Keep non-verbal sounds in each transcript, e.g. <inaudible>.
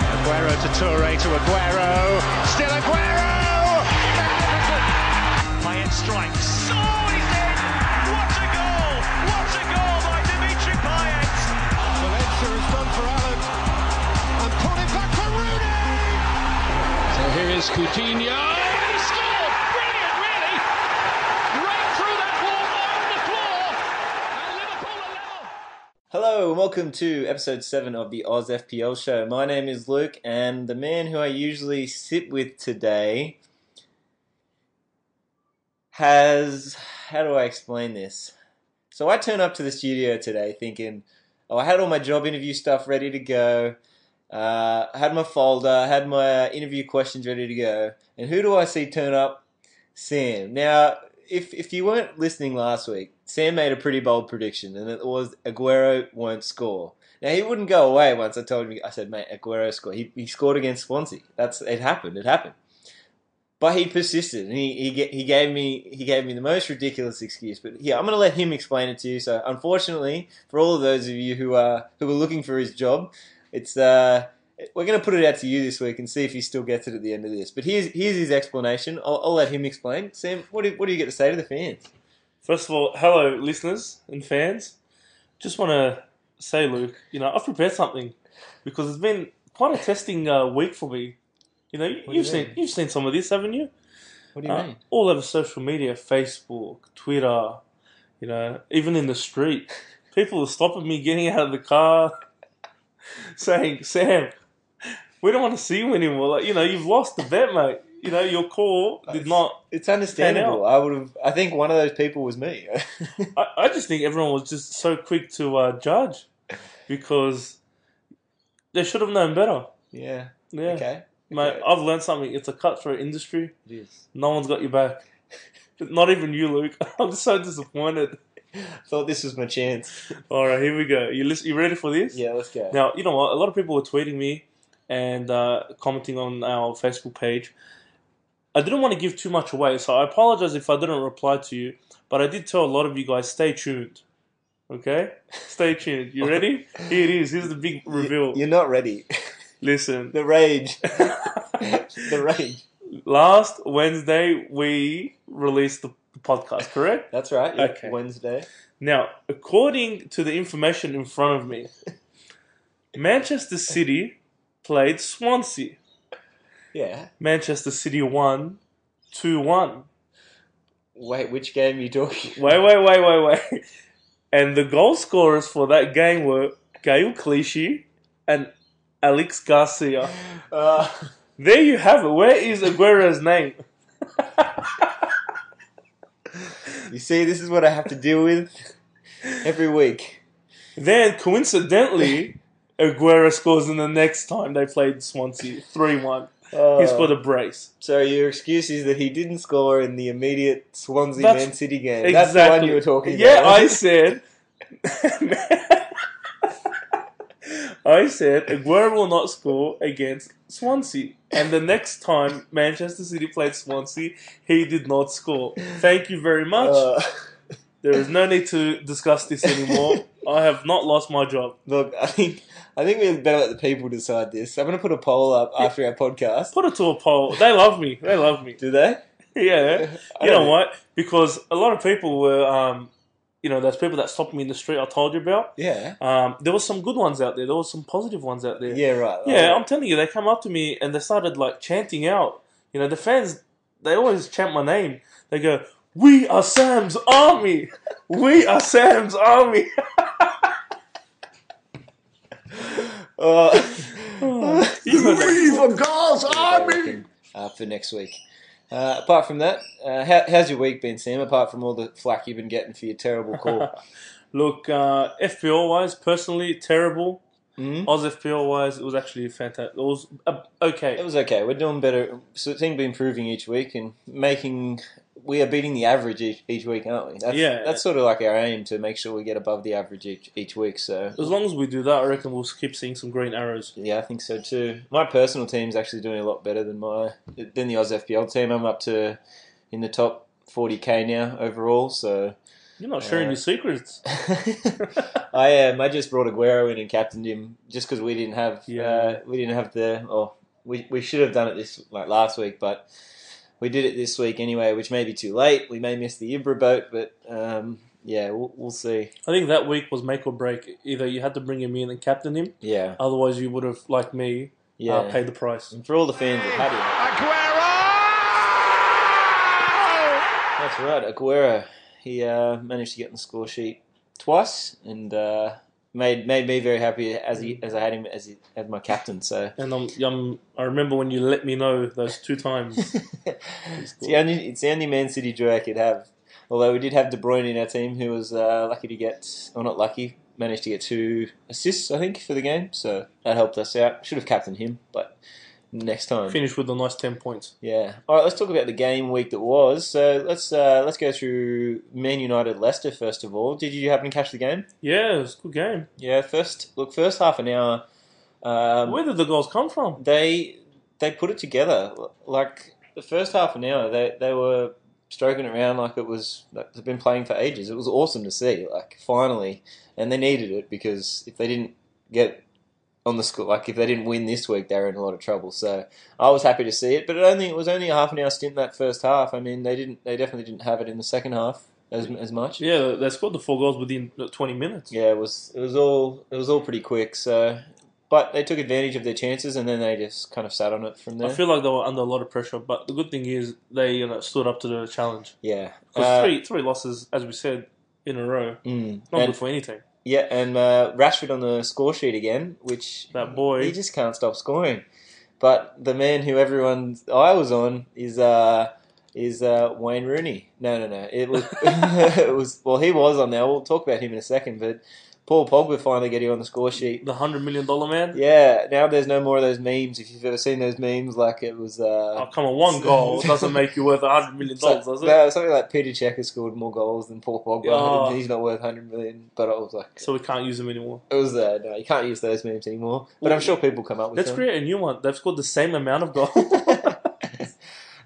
Aguero to Toure to Aguero. Still Aguero! Magnificent! Payet strikes. Oh, he's in! What a goal! What a goal by Dimitri Payet! Valencia has gone for Allen and put it back for Rooney! So here is Coutinho. And he scored! Brilliant, really! Right through that wall on the floor. And Liverpool are level. Hello and welcome to episode 7 of the Oz FPL show. My name is Luke and the man who I usually sit with today has how do I explain this? So I turn up to the studio today thinking, oh, I had all my job interview stuff ready to go. Uh, I had my folder, I had my interview questions ready to go. And who do I see turn up? Sam. Now, if if you weren't listening last week, Sam made a pretty bold prediction, and it was Aguero won't score. Now he wouldn't go away once I told him. I said, "Mate, Aguero scored. He, he scored against Swansea. That's it happened. It happened." But he persisted, and he he, ga- he gave me he gave me the most ridiculous excuse. But yeah, I'm going to let him explain it to you. So unfortunately, for all of those of you who are who are looking for his job, it's uh we're going to put it out to you this week and see if he still gets it at the end of this. But here's here's his explanation. I'll, I'll let him explain. Sam, what do, what do you get to say to the fans? First of all, hello, listeners and fans. Just want to say, Luke, you know, I've prepared something because it's been quite a testing uh, week for me. You know, do you you've seen mean? you've seen some of this, haven't you? What do you Uh, mean? All over social media, Facebook, Twitter, you know, even in the street, people are stopping me getting out of the car, <laughs> saying, "Sam, we don't want to see you anymore. Like, you know, you've lost the bet, mate. You know, your call did not It's understandable. I would have. I think one of those people was me. <laughs> I, I just think everyone was just so quick to uh, judge because they should have known better. yeah. Yeah, Okay. mate, okay. I've learned something. It's a cutthroat industry. It is. No one's got your back. <laughs> Not even you, Luke. <laughs> I'm so disappointed. Thought this was my chance. All right, here we go. You listen, you ready for this? Yeah, let's go. Now you know what? A lot of people were tweeting me and uh, commenting on our Facebook page. I didn't want to give too much away, so I apologize if I didn't reply to you. But I did tell a lot of you guys, stay tuned. Okay, <laughs> stay tuned. You ready? Here it is. Here's the big reveal. You're not ready. <laughs> Listen. the <laughs> rage. the rage. Last Wednesday we released the podcast, correct? That's right. yeah, Okay. Wednesday. Now, according to the information in front of me, Manchester City played Swansea. Yeah. Manchester City won 2 1. Wait, which game are you talking? <laughs> Wait, wait, wait, wait, wait. <laughs> And the goal scorers for that game were Gael Clichy and Alex Garcia. Uh, There you have it. Where is Aguero's name? you see, this is what I have to deal with every week. Then, coincidentally, Aguero scores in the next time they played Swansea 3 1. He Uh, scored a brace. So your excuse is that he didn't score in the immediate Swansea That's- Man City game. That's the one you were talking yeah, about. I said. <laughs> I said Aguero will not score against Swansea, and the next time Manchester City played Swansea, he did not score. Thank you very much. <laughs> Uh, there is no need to discuss this anymore. I have not lost my job. look, I think I think we better let the people decide this. I'm going to put a poll up after our podcast. Put it to a poll. They love me. They love me. Do they? Yeah. <laughs> I You know don't- what? Because a lot of people were, um, you know, there's people that stopped me in the street. I told you about. Yeah. Um, there were some good ones out there. There were some positive ones out there. Yeah. Right. Yeah, I'm telling you, they come up to me and they started like chanting out. You know, the fans, they always chant my name. They go, "We are Sam's Army. We are Sam's Army." <laughs> Uh, <laughs> <laughs> You know, uh, for next week. Uh, apart from that, uh, how, how's your week been, Sam? Apart from all the flack you've been getting for your terrible <laughs> call, Look, uh, FPL wise, personally, terrible. Mhm. Oz FPL wise, it was actually fantastic. It was uh, it okay. was okay. We're doing better. So it seems to be improving each week and making. We are beating the average each, each week, aren't we? That's, Yeah. That's sort of like our aim to make sure we get above the average each, each week. So As long as we do that, I reckon we'll keep seeing some green arrows. Yeah, I think so too. My personal team's actually doing a lot better than my than the Oz FPL team. I'm up to in the top 40k now overall, so You're not sharing Uh, your secrets. <laughs> I am. I just brought Aguero in and captained him just because we didn't have uh, Yeah. we didn't have the or we we should have done it this like last week, but we did it this week anyway, which may be too late. We may miss the Ibra boat, but um, yeah, we'll, we'll see. I think that week was make or break. Either you had to bring him in and captain him, Yeah, otherwise you would have, like me, yeah. uh, paid the price. and for all the fans that had him, Aguero! that's right. Aguero, he uh, managed to get on the score sheet twice and uh, made made me very happy as he as I had him as he, as my captain. So. And I'm, I'm, I remember when you let me know those <laughs> two times. it's the only it's the only Man City joy I could have. Although we did have De Bruyne in our team, who was uh, lucky to get, or not lucky, managed to get two assists, I think, for the game. So that helped us out. Should have captained him, but next time. Finish with a nice 10 points. Yeah. All right. Let's talk about the game week that was. So let's uh, let's go through Man United Leicester first of all. Did you happen to catch the game? Yeah, it was a good game. Yeah. First look, first half an hour. Um, Where did the goals come from? they they put it together like the first half an hour they they were stroking it around like it was like they've been playing for ages it was awesome to see like finally and they needed it because if they didn't get on the score like if they didn't win this week they were in a lot of trouble so i was happy to see it but it only it was only a half an hour stint that first half i mean they didn't they definitely didn't have it in the second half as as much Yeah, they scored the four goals within 20 minutes. yeah, it was it was all it was all pretty quick. So, but they took advantage of their chances, and then they just kind of sat on it from there. I feel like they were under a lot of pressure, but the good thing is they you know, stood up to the challenge. yeah, Because Uh, three, three losses, as we said, in a row, mm, not and- good for anything. yeah, and uh, Rashford on the score sheet again, which That boy. he just can't stop scoring. But the man who everyone's eye was on is uh, is uh, Wayne Rooney. No, no, no. It was <laughs> it was well, he was on there. We'll talk about him in a second, but. Paul Pogba finally getting on the score sheet. The $100 million man? Yeah, now there's no more of those memes. If you've ever seen those memes, like it was uh, Oh, come on, one goal doesn't make you worth $100 million, So- does it? no, something like Peter Check has scored more goals than Paul Pogba, Yeah. and he's not worth 100 million. But it was like, So we can't use them anymore. it was uh, no, you can't use those memes anymore. But I'm sure people come up with Let's them. create a new one. They've scored the same amount of goals. <laughs>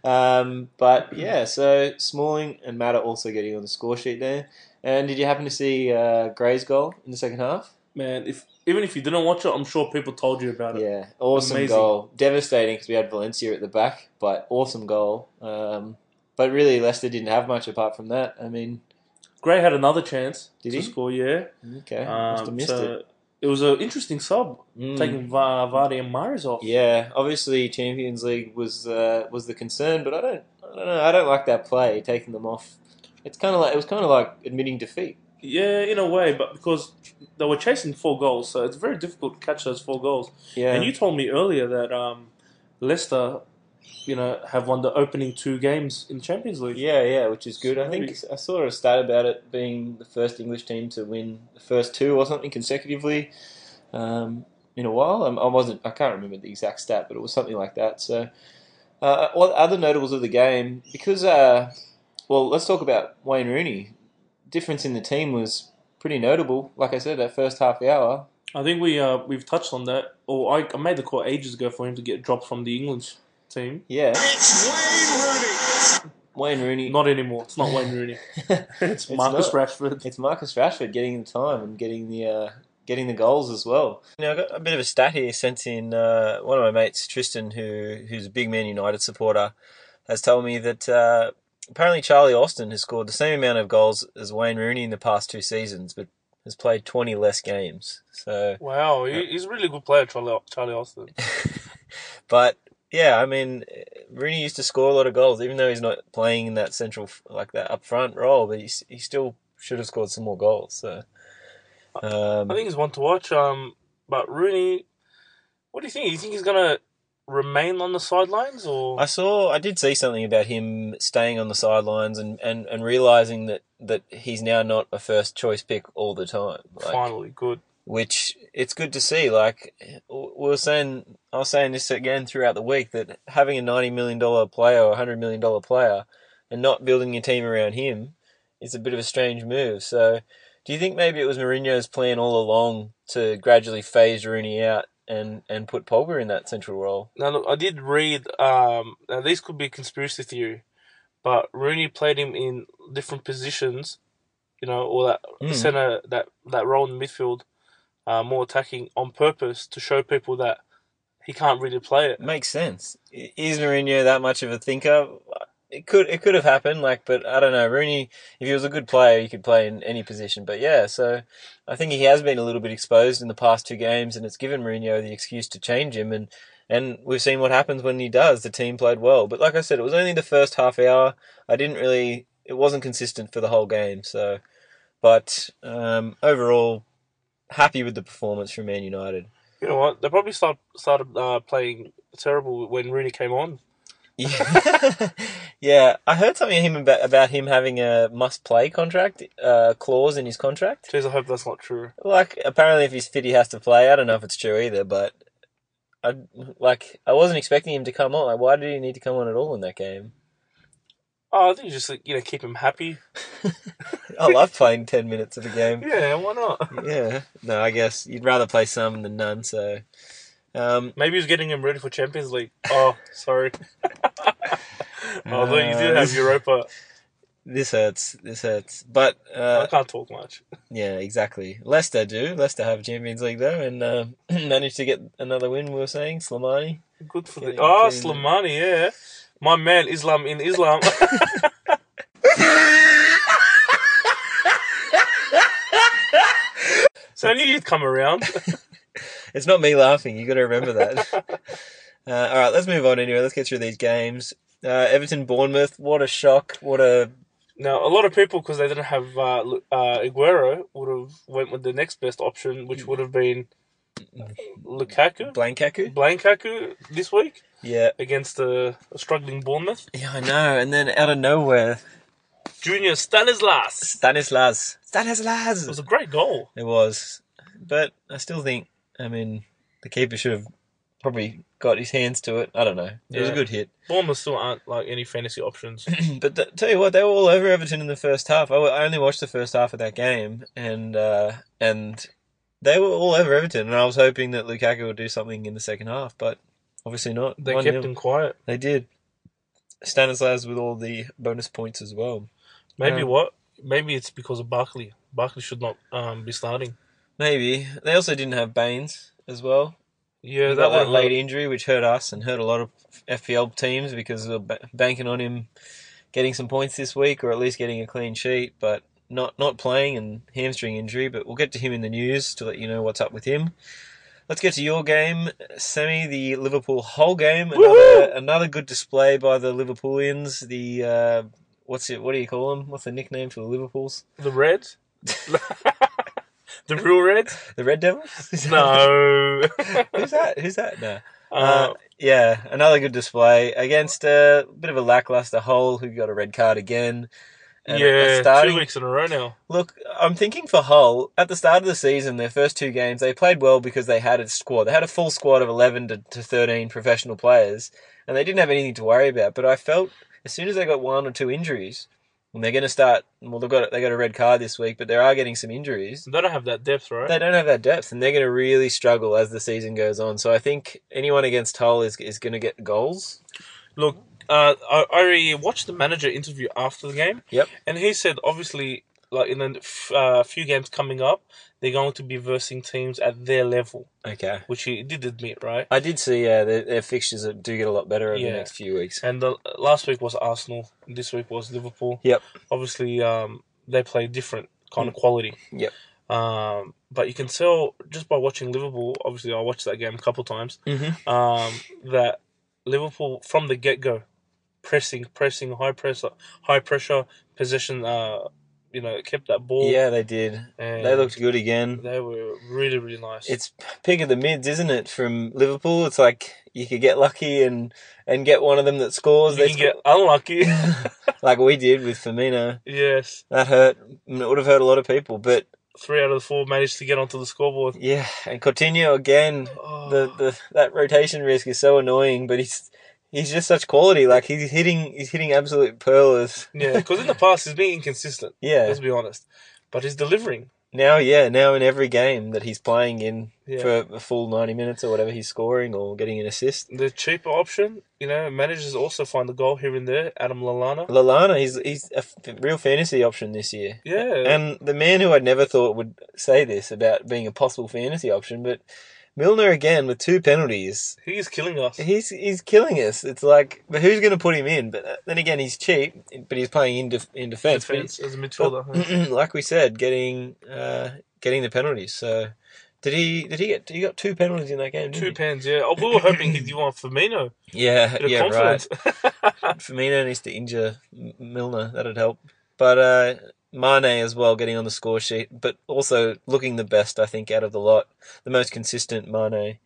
um, but yeah, so Smalling and Matter also getting on the score sheet there. And did you happen to see uh, Gray's goal in the second half? Man, if even if you didn't watch it, I'm sure people told you about it. Yeah, awesome Uh, Amazing. goal, devastating because we had Valencia at the back, but awesome goal. Um, but really, Leicester didn't have much apart from that. I mean, Gray had another chance Did to he? score, yeah. okay, must have Um, missed it. so it was an interesting sub, Mm. taking Va- Vardy and Mares off. Yeah, obviously Champions League was uh, was the concern, but I don't, I don't know, I don't like that play taking them off. It's kind of like it was kind of like admitting defeat. Yeah, in a way, but because they were chasing four goals, so it's very difficult to catch those four goals. Yeah, And you told me earlier that um, Leicester, you know, have won the opening two games in Champions League. yeah, yeah, which is good. I think I saw a stat about it being the first English team to win the first two or something consecutively um, in a while. I, I wasn't, I can't remember the exact stat, but it was something like that. So, uh, what other notables of the game? Because, uh, well, let's talk about Wayne Rooney. Difference in the team was pretty notable. Like I said, that first half hour, I think we uh, we've touched on that, or I, I made the call ages ago for him to get dropped from the England team. yeah, It's Wayne Rooney. Wayne Rooney. <laughs> Not anymore. It's not Wayne Rooney. it's Marcus not. Rashford. It's Marcus Rashford getting the time and getting the uh, getting the goals as well. Now I got a bit of a stat here sent in uh, one of my mates Tristan, who who's a big Man United supporter, has told me that uh, apparently Charlie Austin has scored the same amount of goals as Wayne Rooney in the past two seasons, but has played twenty less games. So, Wow, he, he's a really good player, Charlie, Charlie Austin. but. Yeah, I mean, Rooney used to score a lot of goals, even though he's not playing in that central, like that up front role. But he, s- he still should have scored some more goals. So, um, I think he's one to watch. Um, but Rooney, what do you think? Do you think he's gonna remain on the sidelines or? I saw, I did see something about him staying on the sidelines and, and, and realizing that, that he's now not a first choice pick all the time. Like, Finally, good. Which it's good to see. Like we were saying, I was saying this again throughout the week that having a ninety million dollar player or a hundred million dollar player and not building your team around him is a bit of a strange move. So, do you think maybe it was Mourinho's plan all along to gradually phase Rooney out and and put Pogba in that central role? Now, look, I did read. Um, now this could be a conspiracy theory, but Rooney played him in different positions you know, or that Mm. center that that role in midfield, uh, more attacking on purpose to show people that he can't really play it. Makes sense. I- Is Mourinho that much of a thinker? It could it could have happened, like, but I don't know. Rooney, if he was a good player, he could play in any position. But yeah, so I think he has been a little bit exposed in the past two games, and it's given Mourinho the excuse to change him. And and we've seen what happens when he does. The team played well, but like I said, it was only the first half hour. I didn't really. It wasn't consistent for the whole game. So, but um, overall, happy with the performance from Man United. You know what? They probably start, started uh, playing terrible when Rooney came on. Yeah. <laughs> yeah, I heard something of him about, about him having a must play contract uh, clause in his contract. Jeez, I hope that's not true. Like, apparently, if he's fit, he has to play. I don't know if it's true either, but I like I wasn't expecting him to come on. Like, why did he need to come on at all in that game? Oh, I think just like, you know keep him happy. I love playing ten minutes of the game. Yeah, why not? Yeah, no, I guess you'd rather play some than none. So, um, Maybe he's getting him ready for Champions League. Oh, sorry. <laughs> Although you did Uh, have Europa, this hurts. This hurts. But uh, I can't talk much. Yeah, exactly. Leicester do. Leicester have Champions League though, and uh, <clears throat> managed to get another win. We were saying Slimani. <laughs> Good for the Getting- oh getting- Slimani, yeah, my man Islam in <laughs> Islam. so I knew you'd come around. It's not me laughing. You got to remember <laughs> that. <laughs> uh, all right, let's move on anyway. Let's get through these games. Uh, Everton, Bournemouth. What a shock! What a Now a lot of people, because they didn't have uh, Lu- uh, Aguero, would have went with the next best option, which would have been Lukaku, Blankaku. Blankaku this week Yeah, against the struggling Bournemouth. yeah, I know. And then out of nowhere, Junior Stanislas. Stanislas. It was Stanislas. a great goal. It was, but I still think. I mean, the keeper should have probably got his hands to it. I don't know. It was a Yeah. good hit. Bournemouth still aren't like any fantasy options. <clears throat> But th- tell you what, they were all over Everton in the first half. I, w- I only watched the first half of that game, and uh, and they were all over Everton. And I was hoping that Lukaku would do something in the second half, but obviously not. They 1-0. kept him quiet. They did. Stanislas with all the bonus points as well. Maybe Yeah. what? Maybe it's because of Barkley. Barkley should not um, be starting. Maybe they also didn't have Baines as well. Yeah, He got that one- late injury, which hurt us and hurt a lot of FPL teams because we were ba- banking on him getting some points this week or at least getting a clean sheet, but not not playing and hamstring injury. But we'll get to him in the news to let you know what's up with him. Let's get to your game, Sammy. The Liverpool whole game, another Woohoo! another good display by the Liverpoolians. The uh, what's it? What do you call them? What's the nickname for the Liverpools? The Reds? <laughs> the real Reds? <laughs> The Red Devils? Is that- Uh, No. Who's that? Who's that? No. uh, Uh, yeah, another good display against a bit of a lackluster Hull who got a red card again. And at yeah, the starting- two weeks in a row now. Look, I'm thinking for Hull, at the start of the season, their first two games, they played well because they had a squad. They had a full squad of 11 to, to 13 professional players, and they didn't have anything to worry about. But I felt as soon as they got one or two injuries, and they're going to start, well, they've got, they got a red card this week, but they are getting some injuries. They don't have that depth, right? They don't have that depth, and they're going to really struggle as the season goes on. So I think anyone against Hull is, is going to get goals. Look, uh, I, I watched the manager interview after the game. Yep. And he said, obviously, like in the f- uh, few games coming up, they're going to be versing teams at their level, Okay. which he did admit, right? I did see uh, their, their fixtures do get a lot better over Yeah. the next few weeks. And the last week was Arsenal. This week was Liverpool. Yep. Mm. Obviously, um, they play different kind of quality. Yep. Um, but you can tell just by watching Liverpool. Obviously, I watched that game a couple times. Mm-hmm. Um, that Liverpool from the get go, pressing, pressing, high pressure, high pressure possession. Uh, you know, kept that ball. Yeah, they did. And They looked good again. They were really, really nice. It's pick of the mids, isn't it? From Liverpool, it's like you could get lucky and and get one of them that scores. you They can get unlucky. <laughs> sc- <laughs> like we did with Firmino. yes, That hurt. And It would have hurt a lot of people, but three out of the four managed to get onto the scoreboard. yeah. And Coutinho again. Oh. The, the that rotation risk is so annoying, but he's he's just such quality. Like he's hitting he's hitting absolute pearlers. Yeah, because in the past he's been inconsistent. Yeah, Let's be honest, but he's delivering. Now, yeah, now in every game that he's playing in Yeah. for a full 90 minutes or whatever, he's scoring or getting an assist. The cheaper option, you know, managers also find a goal here and there. Adam Lallana. Lalana, he's, he's a f- real fantasy option this year. Yeah. And the man who I never thought would say this about being a possible fantasy option, but Milner again with two penalties. he is killing us. He's he's killing us. It's like, but who's going to put him in? But uh, then again, he's cheap, but he's playing in def- in defense. Defense as a midfielder. huh? But, like we said, getting uh, getting the penalties. So did he did he get he got two penalties in that game? Two Didn't pens, yeah. Oh, we were hoping he'd <laughs> want Firmino. he? Yeah, Bit of yeah, right. confidence. <laughs> Firmino needs to injure M- Milner. That'd help. But uh, Mane as well getting on the score sheet, but also looking the best, I think, out of the lot. The most consistent Mane.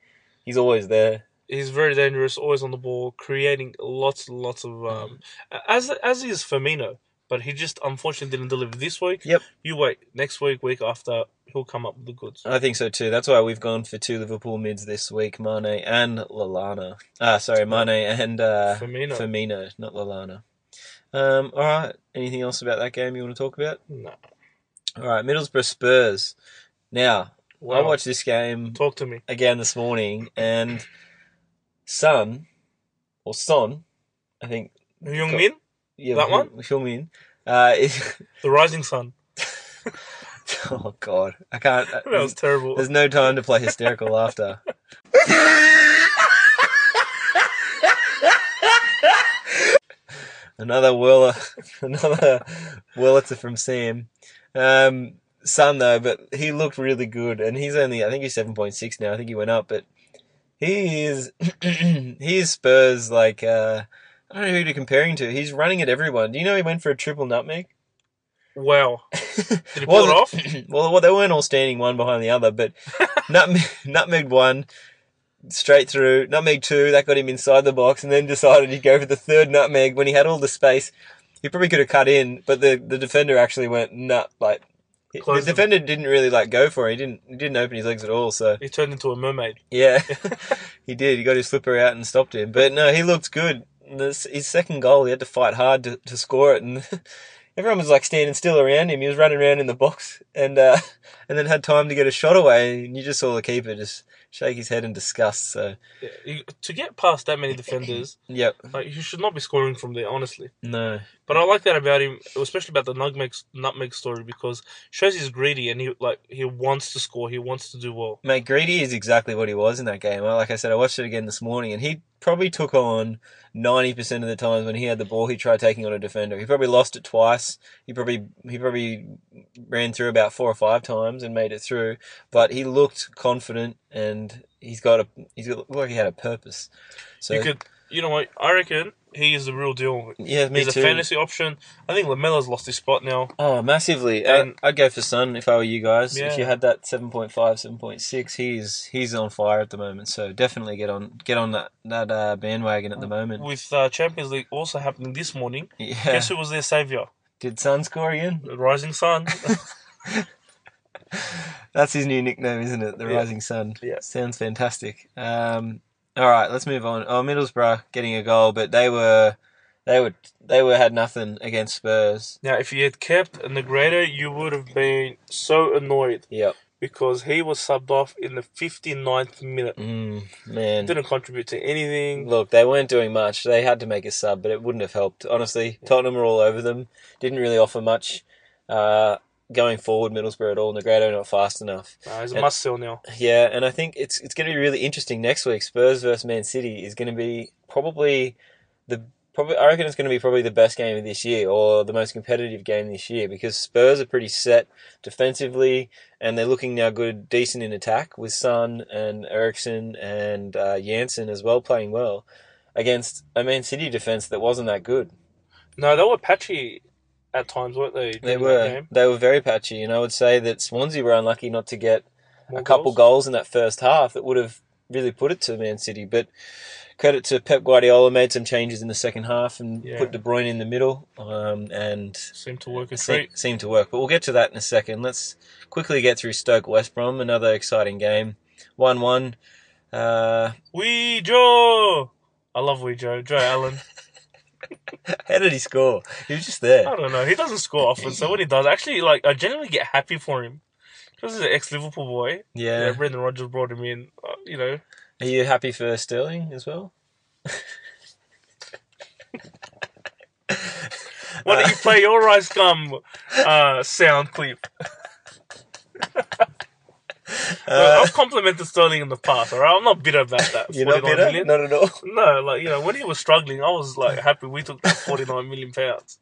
He's always there. He's very dangerous, always on the ball, creating lots and lots of um, as as is Firmino. But he just unfortunately didn't deliver this week. Yep. You wait next week, week after, he'll come up with the goods. I think so too. That's why we've gone for two Liverpool mids this week, Mane and Lalana. Ah, sorry, Mane and uh, Firmino. Firmino, not Lalana. Um, all right. Anything else about that game you want to talk about? No. All right, Middlesbrough Spurs. Now, I Wow. watched this game Talk to me. again this morning, and Son or Son, I think. Young Min, Yeah, That one? Heung-min, Uh, <laughs> the rising sun. <laughs> oh God, I can't. That was terrible. There's no time to play hysterical laughter. another whirler, <laughs> another whirlitzer from Sam. Um, Son though, but he looked really good, and he's only I think he's seven point six now. I think he went up, but he is <clears throat> he is Spurs like uh, I don't know who to compare him to. He's running at everyone. Do you know he went for a triple nutmeg? Wow. <laughs> Did he pull it off? Wasn't- <laughs> well, well, they weren't all standing one behind the other, but nutmeg, nutmeg one straight through, nutmeg two that got him inside the box, and then decided he'd go for the third nutmeg when he had all the space. He probably could have cut in, but the, the defender actually went nut like. Closed the him. defender didn't really like go for it. He didn't. He didn't open his legs at all. So He turned into a mermaid. yeah, <laughs> he did. He got his slipper out and stopped him. But no, he looked good. This, his second goal, he had to fight hard to, to score it, and <laughs> everyone was like standing still around him. He was running around in the box, and uh, <laughs> and then had time to get a shot away. And you just saw the keeper just shake his head in disgust. So Yeah. You, to get past that <clears throat> many defenders, yep, like you should not be scoring from there, honestly. no, But I like that about him, especially about the nutmeg nutmeg story, because it shows he's greedy and he like he wants to score, he wants to do well. mate, greedy is exactly what he was in that game. I- Like I said, I watched it again this morning, and he probably took on ninety percent of the times when he had the ball. He tried taking on a defender. He probably lost it twice. He probably he probably ran through about four or five times and made it through. But he looked confident, and he's got a he's got, looked like he had a purpose. So You could, you know what? I reckon he is the real deal. yeah, me He's too. a fantasy option. I think Lamella's lost his spot now. Oh, massively. And- I, I'd go for Sun if I were you guys. Uh, Yeah. If you had that 7.5, 7.6, he's he's on fire at the moment. So definitely get on get on that that uh, bandwagon at the moment. With uh, Champions League also happening this morning, Yeah. guess who was their savior? Did Sun score again? The Rising Sun. That's his new nickname, isn't it? The Yeah. Rising Sun. Yeah. Sounds fantastic. Um, all right, let's move on. Oh, Middlesbrough getting a goal, but they were they were they were had nothing against Spurs. now, if you had kept Negredo, you would have been so annoyed Yep. because he was subbed off in the 59th minute. Mm, man. Didn't contribute to anything. Look, they weren't doing much. They had to make a sub, but it wouldn't have helped. Honestly, Tottenham were all over them. Didn't really offer much uh, going forward. Middlesbrough at all. Negredo not fast enough. Nah, he's a And- must sell now. Yeah, and I think it's it's going to be really interesting next week. Spurs versus Man City is going to be probably the probably I reckon it's going to be probably the best game of this year or the most competitive game this year because Spurs are pretty set defensively and they're looking now good, decent in attack with Son and Eriksson and uh, Janssen as well playing well against a Man City defense that wasn't that good. No, they were patchy at times, weren't they? They during that were game? they were very patchy, and I would say that Swansea were unlucky not to get More a couple goals in that first half that would have really put it to Man City. But credit to Pep Guardiola, made some changes in the second half and Yeah. put De Bruyne in the middle, um, and Seemed to work a it se- treat. seemed to work. But we'll get to that in a second. Let's quickly get through Stoke West Brom, another exciting game, one one. Uh, Wee Joe! I love Wee Joe. Joe Allen. how did he score? He was just there. I don't know. He doesn't score often, so when he does, actually, like, I generally get happy for him. Because he's an ex-Liverpool boy. Yeah. Brendan Rodgers brought him in. Uh, you know, Are you happy for Sterling as well? Uh, why don't you play your rice gum uh, sound clip? Look, I've complimented Sterling in the past. All right, I'm not bitter about that. Uh, <laughs> You're not 49 bitter? million. Not at all. <laughs> No, like you know, when he was struggling, I was like happy we took that forty nine million pounds.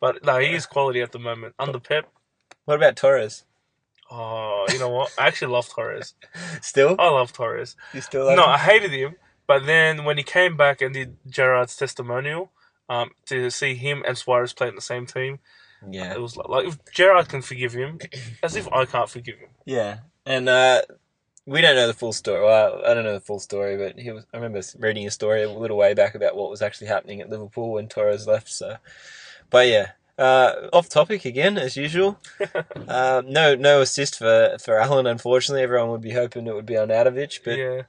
But no, he is quality at the moment. Under Pep, What about Torres? oh, you know what? I actually love Torres. Still? I love Torres. You still like Oh, No, I him? hated him. But then when he came back and did Gerard's testimonial, um, to see him and Suarez play in the same team, Yeah. it was like, like if Gerard can forgive him, as if I can't forgive him. Yeah, and uh, we don't know the full story. Well, I don't know the full story, but he was. I remember reading a story a little way back about what was actually happening at Liverpool when Torres left. So, but yeah, uh, off topic again as usual. um, no, no assist for for Alan. Unfortunately, everyone would be hoping it would be on Adovich, but yeah,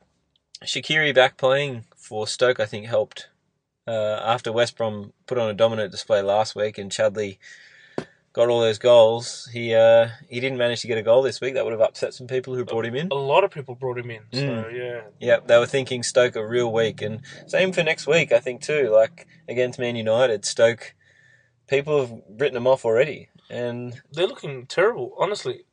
Shakiri back playing for Stoke, I think, helped. Uh, after West Brom put on a dominant display last week and Chadley got all those goals, he uh, he didn't manage to get a goal this week. That would have upset some people who brought him in. a lot of people brought him in. So Mm. yeah, Yep, they were thinking Stoke a real week, and same for next week, I think too. Like against Man United, Stoke people have written them off already, and they're looking terrible. Honestly,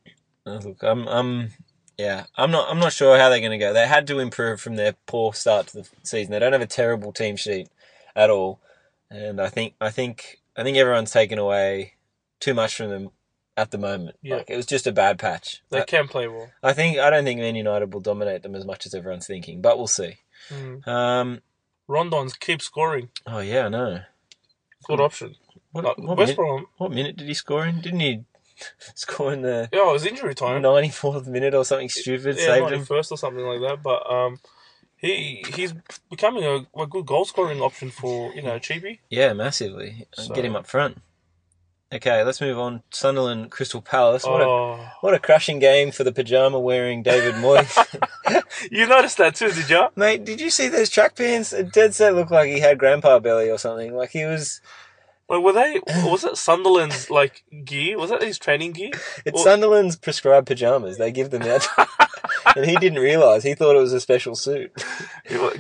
uh, look, I'm I'm yeah, I'm not I'm not sure how they're going to go. They had to improve from their poor start to the season. They don't have a terrible team sheet at all, and I think I think I think everyone's taken away too much from them at the moment. Yeah. Like it was just a bad patch. they I- can play well. I think I don't think Man United will dominate them as much as everyone's thinking, but we'll see. Mm. Um, Rondon's keep scoring. oh yeah, I know. Good option. What, Like, what, West minute, Brom. what minute did he score in? Didn't he <laughs> score in the Yeah, it was injury time. 94th minute or something stupid? yeah, saved ninety him? first or something like that. But um, he he's becoming a, a good goal scoring option for you know Chibi. Yeah, massively. Uh, So- Get him up front. Okay, let's move on. Sunderland Crystal Palace. What, a, Oh, what a crashing game for the pajama wearing David <laughs> Moyes. you noticed that too, did you? Mate, did you see those track pants? It dead set looked like he had grandpa belly or something. Like he was. Like, were they? Was it Sunderland's like gear? Was that his training gear? It's Well- Sunderland's prescribed pajamas. They give them <laughs> out. and he didn't realise. He thought it was a special suit.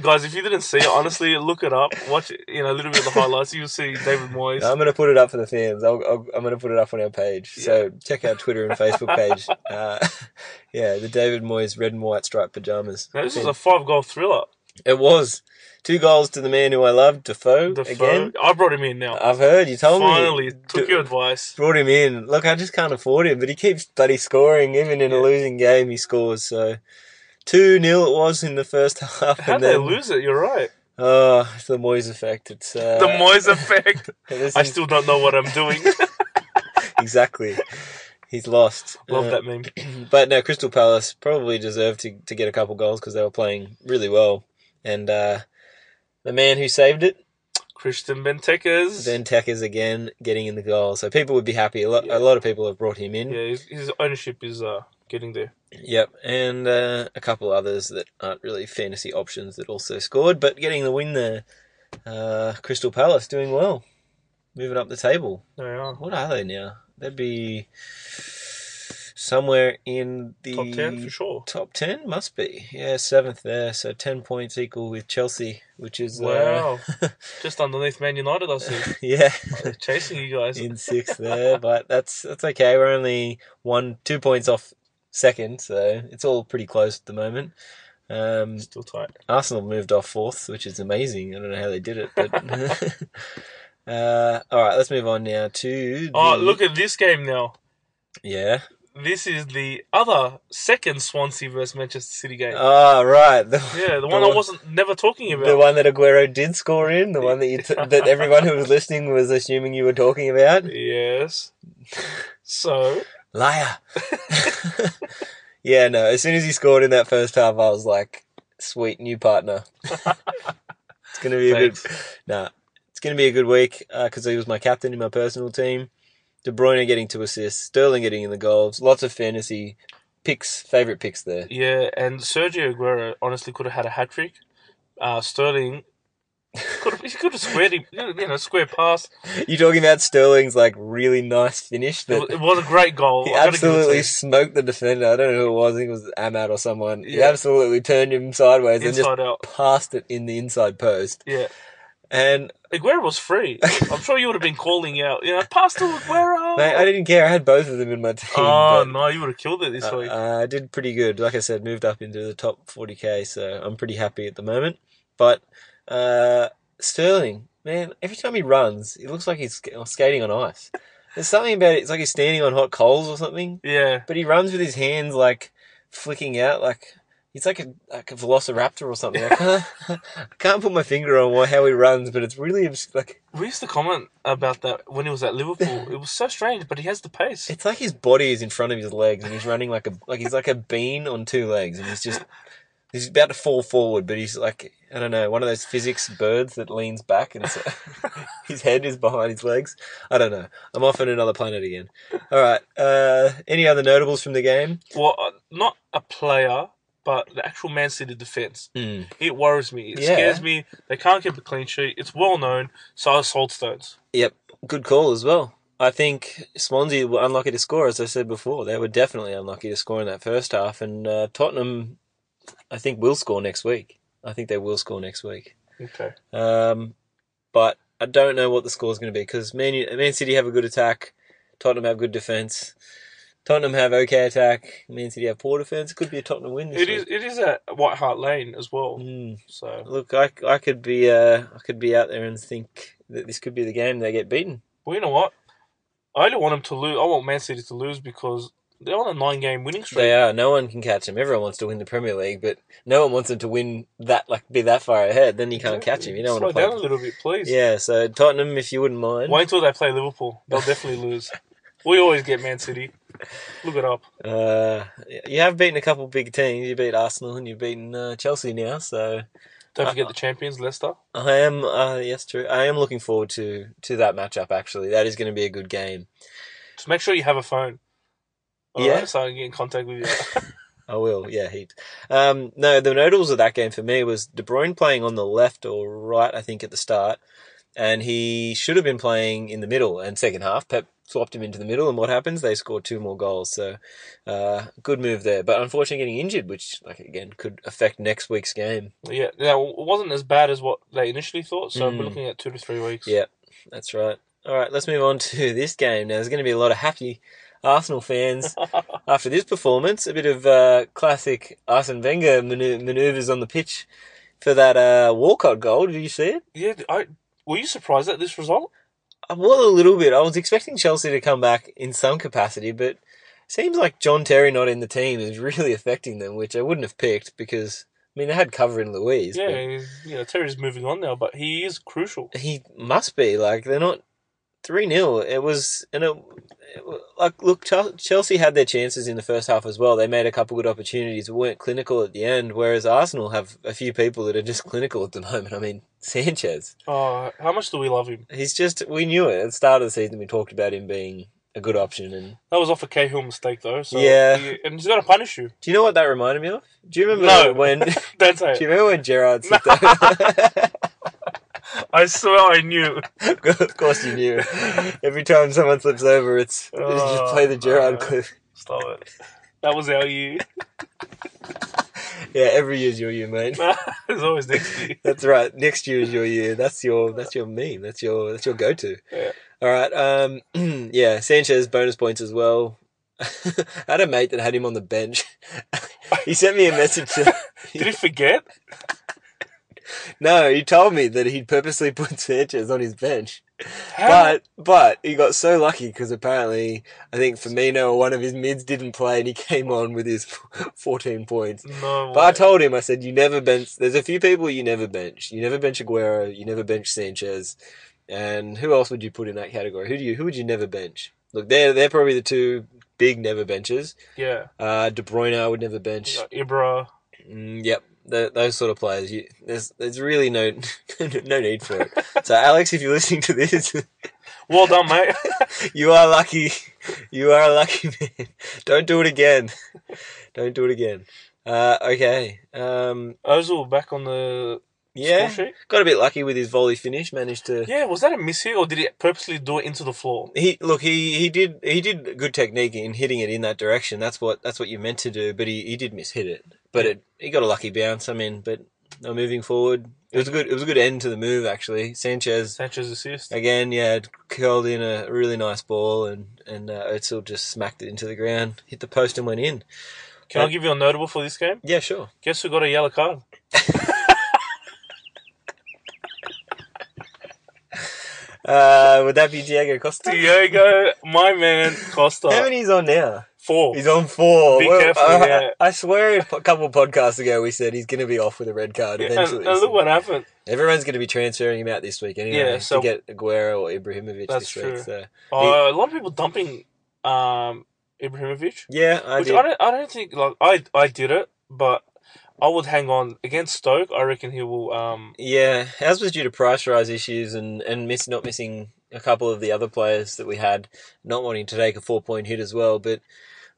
Guys, if you didn't see it, honestly, look it up. Watch you know a little bit of the highlights. You'll see David Moyes. I'm going to put it up for the fans. I'll, I'll, I'm going to put it up on our page. So check our Twitter and Facebook <laughs> page. Uh, <laughs> yeah, the David Moyes red and white striped pajamas. now, this is a five goal thriller. it was two goals to the man who I love, Defoe. The again, fir- I brought him in now. I've heard you told me. Oh, Finally, took D- your advice. Brought him in. Look, I just can't afford him, but he keeps bloody scoring. Even in a losing game, he scores. So two 0 it was in the first <laughs> half. How and they then, lose it? You're <laughs> right. Oh, it's the Moyes effect. It's uh, The Moyes effect. <laughs> this I is- still don't know what I'm doing. <laughs> exactly. He's lost. Love Uh, that meme. But no, Crystal Palace probably deserved to, to get a couple goals because they were playing really well. And uh, the man who saved it, Christian Benteke. Ben Teckers again getting in the goal. So people would be happy. A lot, a lot of people have brought him in. Yeah, his, his ownership is uh, getting there. Yep. And uh, a couple others that aren't really fantasy options that also scored. But getting the win there, uh, Crystal Palace doing well. Moving up the table. They are. What are they now? They'd be somewhere in the Top 10 for sure. Top ten must be yeah seventh there, so ten points equal with Chelsea, which is uh, Wow. Just underneath Man United, I see. <laughs> yeah They're chasing you <laughs> guys. in sixth there, but that's that's okay. We're only one two points off second, so it's all pretty close at the moment. Um, Still tight. Arsenal moved off fourth, which is amazing. I don't know how they did it, but <laughs> uh, all right, let's move on now to Oh, the- look at this game now. yeah This is the other second Swansea versus Manchester City game. oh right the, <laughs> yeah, the one I wasn't never talking about. The one that Aguero did score in, the one that you t- that everyone who was listening was assuming you were talking about. <laughs> Yes. So, Liar. yeah, no. As soon as he scored in that first half, I was like, "Sweet new partner." it's gonna be a good. Nah, it's gonna be a good week because he was my captain in my personal team. De Bruyne getting two assists, Sterling getting in the goals, lots of fantasy picks, favorite picks there. yeah, and Sergio Aguero honestly could have had a hat trick. Uh, Sterling could he could have squared him, you know, square pass. You talking about Sterling's like really nice finish It that wa- it was a great goal. he I gotta give it to absolutely him. smoked the defender. I don't know who it was. I think it was Amat or someone. He Yeah. absolutely turned him sideways and Inside just out. passed it in the inside post. Yeah. And Aguero was free. I'm sure you would have been calling out, you know, pass to <laughs> Aguero. mate, I didn't care. I had both of them in my team. oh, but- no, you would have killed it this Uh, week. uh, I did pretty good. Like I said, moved up into the top 40k, so I'm pretty happy at the moment. But uh, Sterling, man, every time he runs, it looks like he's sk- oh, skating on ice. There's something about it. It's like he's standing on hot coals or something. yeah. But he runs with his hands like flicking out, like he's like a like a velociraptor or something. I can't, <laughs> I can't put my finger on why, how he runs, but it's really obs- like We used to comment about that when he was at Liverpool. <laughs> It was so strange, but he has the pace. it's like his body is in front of his legs, and he's running like a like he's like a bean on two legs, and he's just he's about to fall forward, but he's like I don't know, one of those physics birds that leans back, and so <laughs> his head is behind his legs. I don't know. I'm off on another planet again. All right. Uh, any other notables from the game? Well, uh, not a player, but the actual Man City defense. Mm. It worries me. It Yeah. scares me. They can't keep a clean sheet. It's well known. So is Saltstones. Yep, good call as well. I think Swansea were unlucky to score, as I said before. They were definitely unlucky to score in that first half, and uh, Tottenham, I think, will score next week. I think they will score next week. Okay. Um, but I don't know what the score is going to be because Man, U- Man City have a good attack, Tottenham have good defence, Tottenham have okay attack, Man City have poor defence. It could be a Tottenham win this It week. is. It is at White Hart Lane as well. Mm. So Look, I, I could be uh, I could be out there and think that this could be the game they get beaten. well, you know what? I only want them to lose. I want Man City to lose because they're on a nine-game winning streak. They are. No one can catch them. Everyone wants to win the Premier League, but no one wants them to win that like be that far ahead. Then you can't catch them. You don't Slow want to play. down a little bit, please. Yeah. So Tottenham, if you wouldn't mind. Wait until they play Liverpool. They'll definitely lose. We always get Man City. Look it up. Uh, you have beaten a couple big teams. You beat Arsenal and you've beaten uh, Chelsea now. So Don't Uh-huh. forget the champions, Leicester. I am. Uh, yes, true. I am looking forward to to that matchup. Actually, that is going to be a good game. Just make sure you have a phone. All Yeah. right, so I can get in contact with you. I will. Yeah, heaps. Um, no, the nodals of that game for me was De Bruyne playing on the left or right, I think, at the start, and he should have been playing in the middle. And second half, Pep swapped him into the middle, and what happens? They score two more goals. So, uh, good move there. But unfortunately, getting injured, which like again could affect next week's game. yeah, now it wasn't as bad as what they initially thought. So Mm. we're looking at two to three weeks. Yeah, that's right. All right, let's move on to <laughs> this game now. There's going to be a lot of happy Arsenal fans after this performance. A bit of uh, classic Arsene Wenger manu- manoeuvres on the pitch for that uh, Walcott goal. Did you see it? yeah. I were you surprised at this result? I was a little bit. I was expecting Chelsea to come back in some capacity, but seems like John Terry not in the team is <laughs> really affecting them, which I wouldn't have picked because I mean they had cover in Louise. Yeah, but- he's- you know Terry's moving on now, but he is crucial. he must be like they're not three 0 It was and it, it wa- like look Chel- Chelsea had their chances in the first half as well. They made a couple good opportunities, but weren't clinical at the end. Whereas Arsenal have a few people that are just clinical at the <laughs> moment. I mean Sanchez, Oh, how much do we love him? he's just we knew it at the start of the season. We talked about him being a good option, and That was off a Cahill mistake though. So Yeah. he- and he's gonna punish you. <laughs> do you know what that reminded me of? Do you remember No. when? <laughs> do Don't say <laughs> you it. remember when Gerard? slipped over? I swear I knew. <laughs> of course you knew. Every time someone slips over, it's, it's just play the <laughs> Oh, Gerard no. clip. Stop it. That was our <laughs> year. <laughs> Yeah, every year's your year, <laughs> mate. There's always <laughs> next year. That's right. Next year is your year. That's your that's your meme. That's your that's your go to. Yeah. All right. Um. <clears throat> Yeah. Sanchez bonus points as well. <laughs> I had a mate that had him on the bench. <laughs> he sent me a message. To, <laughs> Did he forget? <laughs> no, he told me that he'd purposely put <laughs> Sanchez on his bench. How? But but he got so lucky because apparently I think Firmino or one of his mids didn't play and he <laughs> came on with his fourteen points. no. But I way. told him, I said, you never bench. There's a few people you never bench. You never bench Aguero. You never bench Sanchez. And who else would you put in that category? Who do you? Who would you never bench? Look, they're they're probably the two big never benches. Yeah. Uh, De Bruyne, I would never bench. Yeah, Ibra. Mm, yep, th those sort of players. You, there's there's really no <laughs> no need for it. so Alex, if you're listening to this, <laughs> Well done, mate. you are lucky. You are a lucky <laughs> man. Don't do it again. Don't do it again. Uh, okay. Um, Ozil back on the Yeah, Score sheet? got a bit lucky with his volley finish. Managed to. Yeah, was that a miss here, or did he purposely do it into the floor? He look he, he did he did good technique in hitting it in that direction. That's what that's what you meant to do. But he, he did miss hit it. But it he got a lucky bounce. I mean, but no moving forward. It was a good it was a good end to the move actually. Sanchez Sanchez assist. again, yeah, had curled in a really nice ball and and uh, Özil just smacked it into the ground, hit the post and went in. Can I give you a notable for this game? Yeah, sure. Guess who got a yellow card? Uh, would that be Diego Costa? Diego, my man, Costa. How many's on now? Four. He's on four. Be Well, careful, I, yeah. I swear, a couple of podcasts ago, we said he's going to be off with a red card And, eventually. and look what happened. Everyone's going to be transferring him out this week anyway Yeah, so- to get Aguero or Ibrahimovic That's this week. true. So Uh, a lot of people dumping um, Ibrahimovic, yeah, I which did. I don't. I don't think like I. I did it, but I would hang on against Stoke. I reckon he will. Um, yeah, ours was due to price rise issues and and miss not missing a couple of the other players that we had, not wanting to take a four point hit as well. But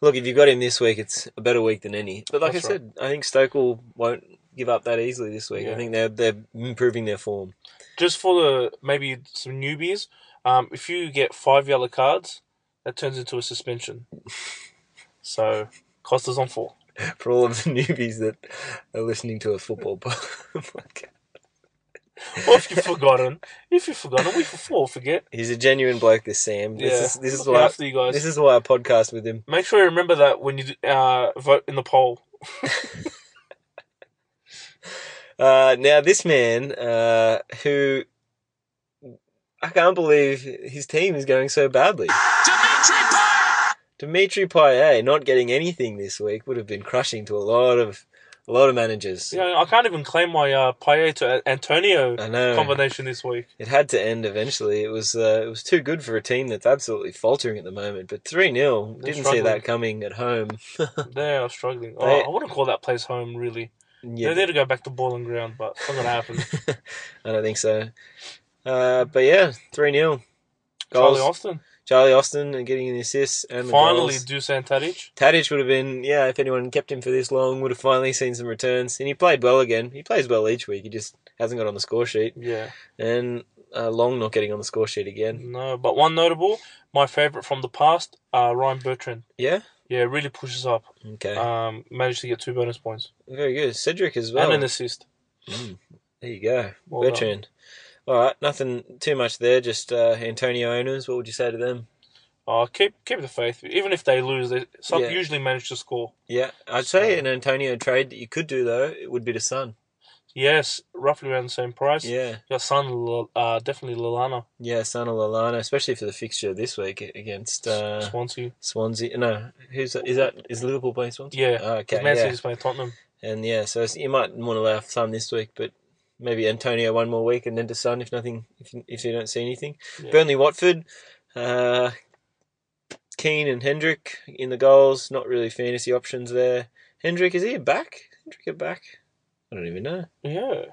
look, if you got him this week, it's a better week than any. But like That's I said, I think Stoke will, won't give up that easily this week. Yeah. I think they're they're improving their form. just for the maybe some newbies. Um, if you get five yellow cards, that turns into <laughs> a suspension. so Costa's on four. for all of the <laughs> newbies that are listening to a football <laughs> po- podcast. Or <laughs> if you've forgotten, if you've forgotten, we for four forget. He's a genuine bloke, this Sam. This Yeah. is this is Looking why after you guys. this is why I podcast with him. Make sure you remember that when you uh, vote in the poll. Uh, now this man, uh, who I can't believe his team is going so badly. Dimitri Payet not getting anything this week would have been crushing to a lot of a lot of managers. Yeah, I can't even claim my uh, Payet to A- Antonio I know. combination <laughs> this week. It had to end eventually. It was uh, it was too good for a team that's absolutely faltering at the moment. But three 0 They're didn't see struggling. that coming at home. They are struggling. Oh, They- I wouldn't call that place home, really. Yeah, They need to go back to ball and ground, but it's not going to happen. I don't think so. Uh, but yeah, 3 0. <laughs> Goals. Charlie Charlie, Austin. Austin and getting an assist. And the Finally, goals. Dusan Tadic. Tadic would have been, yeah, if anyone kept him for this long, would have finally seen some returns. And he played well again. He plays well each week. He just hasn't got on the score sheet. Yeah. And uh, Long not getting on the score sheet again. No, but one notable, my favourite from the past, uh, Ryan Bertrand. Yeah? Yeah, really pushes up. Okay. Um, managed to get two bonus points Very good. Cedric as well. and an assist. there you go. Well done. Bertrand. All right, nothing too much there. Just uh, Antonio owners. What would you say to them? Oh, keep keep the faith. Even if they lose, they some, Yeah. usually manage to score. Yeah, I'd say an Antonio trade that you could do though. It would be to Sun. Yes, roughly around the same price. Yeah, Your son, Lil- uh, definitely Lilana yeah, Sun or Lallana, especially for the fixture this week against uh, Swansea. Swansea. No, who's is that? Is Liverpool playing Swansea? Yeah, Oh, okay, 'cause Man yeah. City's playing Tottenham. and yeah, so it's- you might want to allow Sun this week, but maybe Antonio one more week and then to Sun if nothing, if you, if you don't see anything. Yeah. Burnley Watford, uh, Keane and Hendrick in the goals. Not really fantasy options there. Hendrick is he a back? Hendrick a back? I don't even know. Yeah,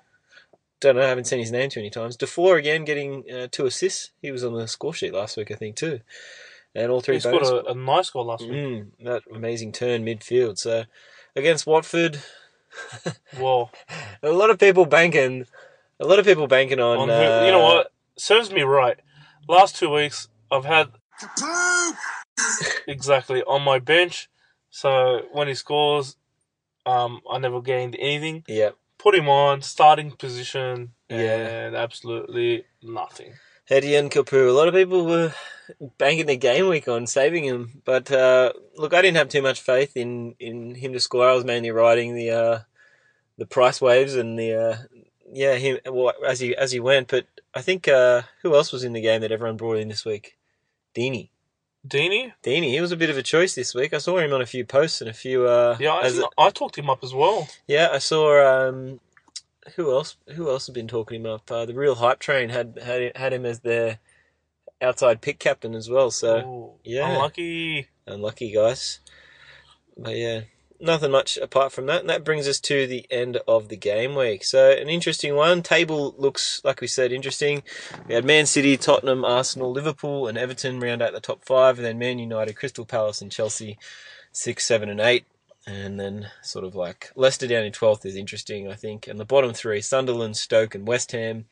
Don't know. I haven't seen his name too many times. Defour again getting uh, two assists. He was on the score sheet last week, I think, too. And all three he scored bonus. a, a nice goal last week. Mm, that amazing turn midfield. So against Watford, Mm-hmm. Well, a lot of people banking. A lot of people banking on. on uh, who, you know what serves me right. Last two weeks, I've had exactly on my bench. So when he scores, um, I never gained anything. Yeah. Put him on starting position, Yeah. and absolutely nothing. Hedian Kapoor. A lot of people were banking their game week on saving him, but uh, look, I didn't have too much faith in, in him to score. I was mainly riding the uh, the price waves and the uh, yeah him well, as he as he went. But I think uh, who else was in the game that everyone brought in this week? Deeney. Deeney, Deeney. He was a bit of a choice this week. I saw him on a few posts and a few. Uh, yeah, I, as- think I talked him up as well. yeah, I saw. Um, who else? Who else had been talking him up? Uh, the real hype train had had had him as their outside pick captain as well. So Ooh, Uh, yeah. unlucky. unlucky guys. But yeah, nothing much apart from that. And that brings us to the end of the game week. So an interesting one. Table looks like we said interesting. We had Man City, Tottenham, Arsenal, Liverpool, and Everton round out the top five, and then Man United, Crystal Palace, and Chelsea six, seven, and eight. And then sort of like Leicester down in 12th is interesting, I think. And the bottom three, Sunderland, Stoke, and West Ham,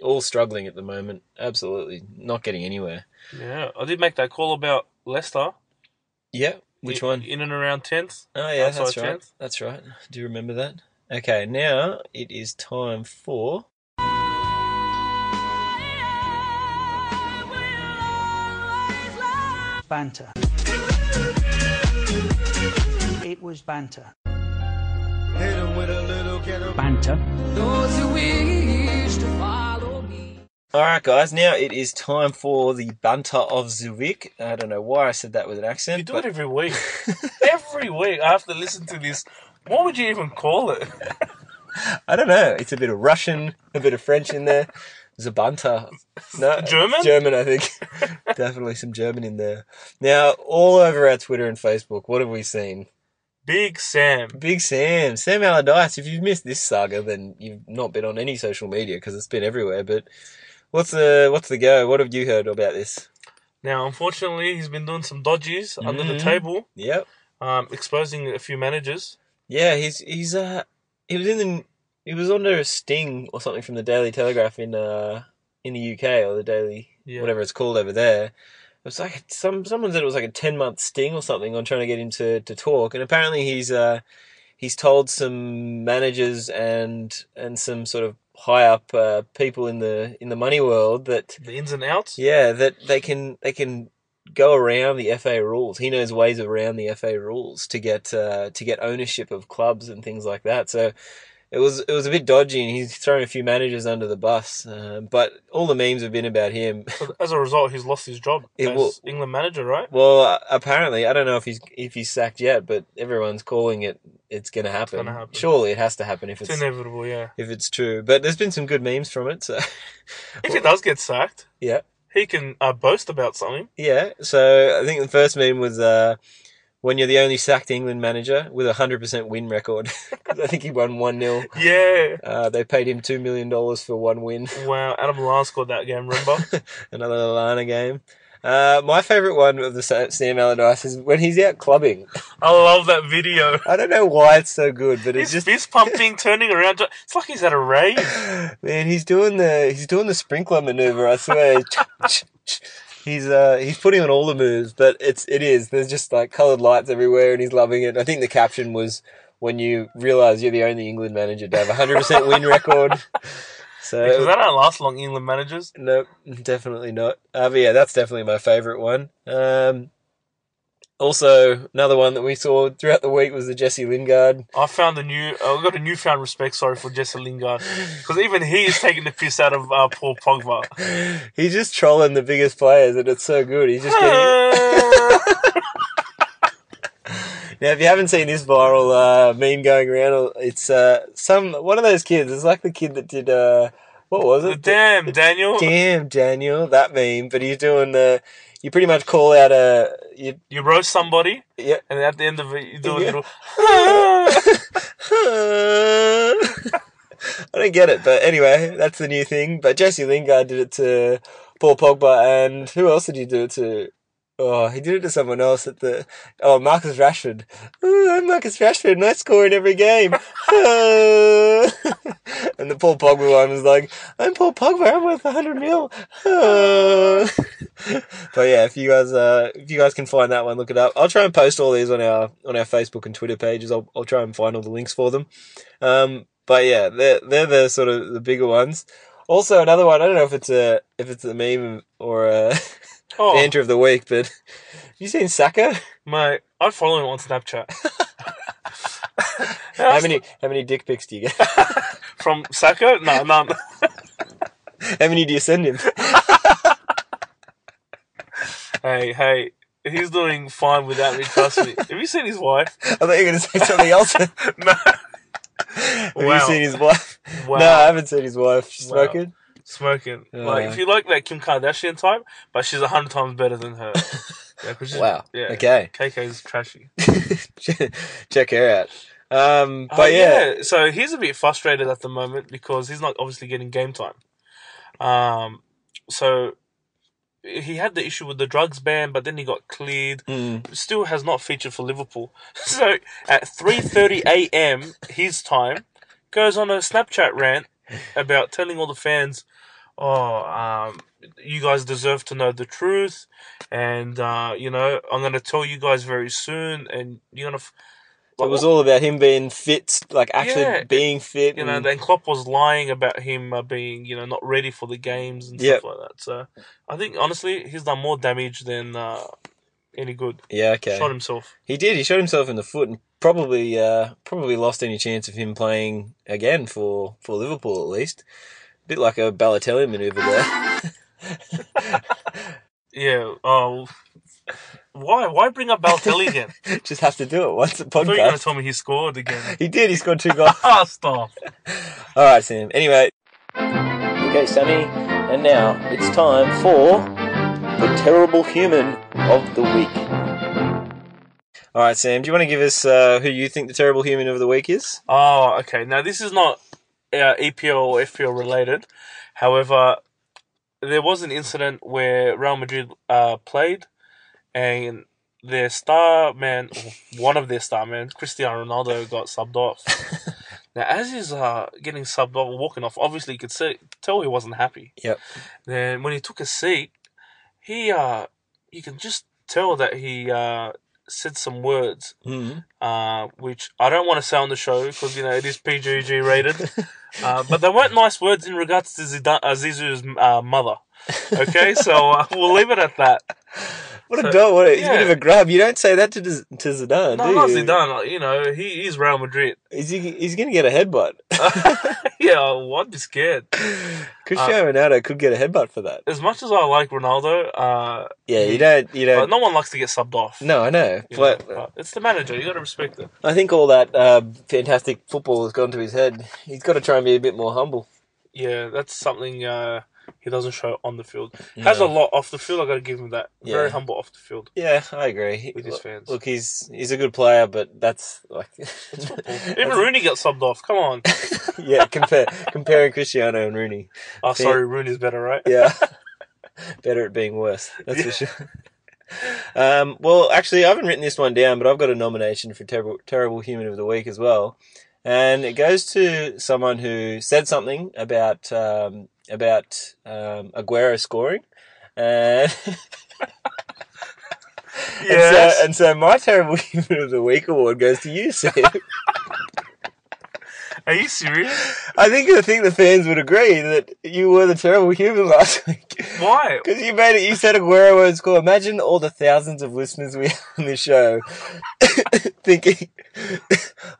all struggling at the moment. Absolutely not getting anywhere. Yeah, I did make that call about Leicester. Yeah. Which In- one? In and around 10th. Oh yeah, Outside that's right. chance. That's right. Do you remember that? Okay, now it is time for Banter. It was banter. Banter. Those who wish to follow me. all right, guys. Now it is time for the banter of the week. I don't know why I said that with an accent. You do but- it every <laughs> week. every week I have to listen to this. What would you even call it? I don't know. It's a bit of Russian, a bit of French in there. <laughs> Zabanta. No, German? German, I think. <laughs> Definitely some German in there. Now, all over our Twitter and Facebook, what have we seen? Big Sam. Big Sam, Sam Allardyce. If you've missed this saga, then you've not been on any social media because it's been everywhere. But what's the what's the go? What have you heard about this? Now, unfortunately, he's been doing some dodges under the Mm-hmm. table, Yep. um, exposing a few managers. Yeah, he's he's uh he was in the he was under a sting or something from the Daily Telegraph in uh in the UK or the Daily Yeah. whatever it's called over there. It was like some someone said it was like a ten month sting or something on trying to get him to, to talk, and apparently he's uh he's told some managers and and some sort of high up uh, people in the in the money world that The ins and outs. yeah that they can they can go around the FA rules. He knows ways around the FA rules to get uh, to get ownership of clubs and things like that. So it was it was a bit dodgy, and he's thrown a few managers under the bus. Uh, but all the memes have been about him. <laughs> So as a result, he's lost his job It as will- England manager, right? Well, uh, apparently, I don't know if he's if he's sacked yet, but everyone's calling it. It's going to happen. gonna happen. Surely it has to happen if It's it's inevitable, yeah. if it's true. But there's been some good memes from it. So <laughs> If he does get sacked, yeah. he can uh, boast about something. Yeah, so I think the first meme was uh, when you're the only sacked England manager with a 100% win record. <laughs> 'Cause I think he won 1 0. Yeah. Uh, they paid him $2 million for one win, <laughs> Wow, Adam Lallana scored that game, remember? another Lallana game. Uh, my favourite one of the Sa- Sam Allardyce is when he's out clubbing. I love that video. I don't know why it's so good, but He's it's just fist pumping, turning around. It's like he's at <laughs> a rave. man, he's doing the he's doing the sprinkler maneuver. I swear, he's uh he's putting on all the moves, but it's it is. There's just like coloured lights everywhere, and he's loving it. I think the caption was when you realise you're the only England manager to have a hundred percent win record. So Because they don't last long, England managers. no, definitely not. Uh, but yeah, that's definitely my favourite one. Um, also, another one that we saw throughout the week was the Jesse Lingard. I found a new. I got a newfound respect. Sorry for Jesse Lingard, because even he is taking the piss out of uh, poor Pogba. He's just trolling the biggest players, and it's so good. He's just getting. <laughs> Now, if you haven't seen this viral uh, meme going around, it's uh, some one of those kids. It's like the kid that did uh, what was it? Damn, Daniel, Damn, Daniel, that meme. But he's doing the. You pretty much call out a. You, you roast somebody, yeah. and at the end of it, you do a Yeah. little. <laughs> I don't get it, but anyway, that's the new thing. But Jesse Lingard did it to Paul Pogba, and who else did he do it to? Oh, he did it to someone else at the. Oh, Marcus Rashford. Ooh, I'm Marcus Rashford, and I score in every game. <laughs> and the Paul Pogba one was like, I'm Paul Pogba, I'm worth 100 mil. <laughs> but yeah, if you guys, uh, if you guys can find that one, look it up. I'll try and post all these on our, on our Facebook and Twitter pages. I'll, I'll try and find all the links for them. Um, but yeah, they're, they're the sort of the bigger ones. Also, another one, I don't know if it's a, if it's a meme or a Oh, <laughs> banter of the week, but you seen Saka? mate, I follow him <laughs> on Snapchat How many, how many dick pics do you get? <laughs> from Saka. No, no, How many do you send him? hey, hey, he's doing fine without me. Trust me. Have you seen his wife? I thought you were going to say something else. Have <laughs> <laughs> No. you Wow. seen his wife? <laughs> Wow. No, I haven't seen his wife. She's Wow. smoking. Smoking. Yeah. Like if you like that Kim Kardashian type, but she's a hundred times better <laughs> than her. Yeah, 'cause she's- Wow. Yeah. Okay. KK's trashy. <laughs> Check her out. Um, but Oh, yeah. so he's a bit frustrated at the moment because he's not obviously getting game time. Um, so he had the issue with the drugs ban, but then he got cleared. mm, Still has not featured for Liverpool. <laughs> So at 3:30 a.m. his time, goes on a Snapchat rant about telling all the fans, "Oh, um, you guys deserve to know the truth, and uh, you know I'm going to tell you guys very soon, and you're going to." F- It was all about him being fit, like actually Yeah. being fit. you know, and- then Klopp was lying about him uh, being, you know, not ready for the games and Yep. stuff like that. So I think honestly, he's done more damage than uh, any good. yeah, okay. Shot himself. He did. He shot himself in the foot and probably uh, probably lost any chance of him playing again for, for Liverpool at least. bit like a Balotelli manoeuvre there. <laughs> Yeah. Oh, why? Why bring up <laughs> Balotelli again? I Just have to do it once a thought you were going to podcast. tell me he scored again. He did. He scored two goals. Ah, stop. All right, Sam. Anyway, Okay, Sammy, and now it's time for the terrible human of the week. all right, Sam. Do you want to give us uh, who you think the terrible human of the week is? <laughs> Oh, okay. Now this is not uh, EPL or FPL related. However, there was an incident where Real Madrid uh, played, and their star man, one of their star men, Cristiano Ronaldo, got subbed off. now, as he's uh, getting subbed off, walking off, obviously you could see, tell he wasn't happy. Yep. Then when he took a seat, he uh, you can just tell that he uh, said some words Mm-hmm. uh, which I don't want to say on the show because you know it is PGG rated. uh, but they weren't nice words in regards to Zidane, uh, Zizou's uh, mother. Okay, so uh, we'll leave it at that. What So- a dog! What a, He's a bit yeah. of a grub. You don't say that to Z- to Zidane, No, do not you? Zidane. like, You know, he is Real Madrid. <laughs> Is he? He's going to get a headbutt. Uh, yeah, well, I'd be scared. <laughs> uh, Cristiano Ronaldo could get a headbutt for that. As much as I like Ronaldo, uh, Yeah, you don't. You but don't. no one likes to get subbed off. No, I know. you know, But but it's the manager. You got to respect it. I think all that uh, fantastic football has gone to his head. He's got to try and be a bit more humble. Yeah, that's something uh, he doesn't show on the field. Has a No. lot off the field. I got to give him that. Yeah. Very humble off the field. Yeah, I agree. With his Look- fans. Look, he's he's a good player, but that's like <laughs> Even Rooney got subbed off. Come on. yeah. Compare comparing Cristiano and Rooney. Oh, Fair. sorry, Rooney's better, right? Yeah, <laughs> better at being worse. That's for sure. Um, well, actually, I haven't written this one down, but I've got a nomination for terrible terrible human of the week as well, and it goes to someone who said something about um, about um, Aguero scoring. And <laughs> Yes. And so, and so my terrible <laughs> human of the week award goes to you, Sam. Are you serious? I think I think the fans would agree that you were the terrible human last <laughs> week. Why? Because you made it, you said Aguero won't score. Imagine all the thousands of listeners we have on this show <laughs> thinking, <laughs>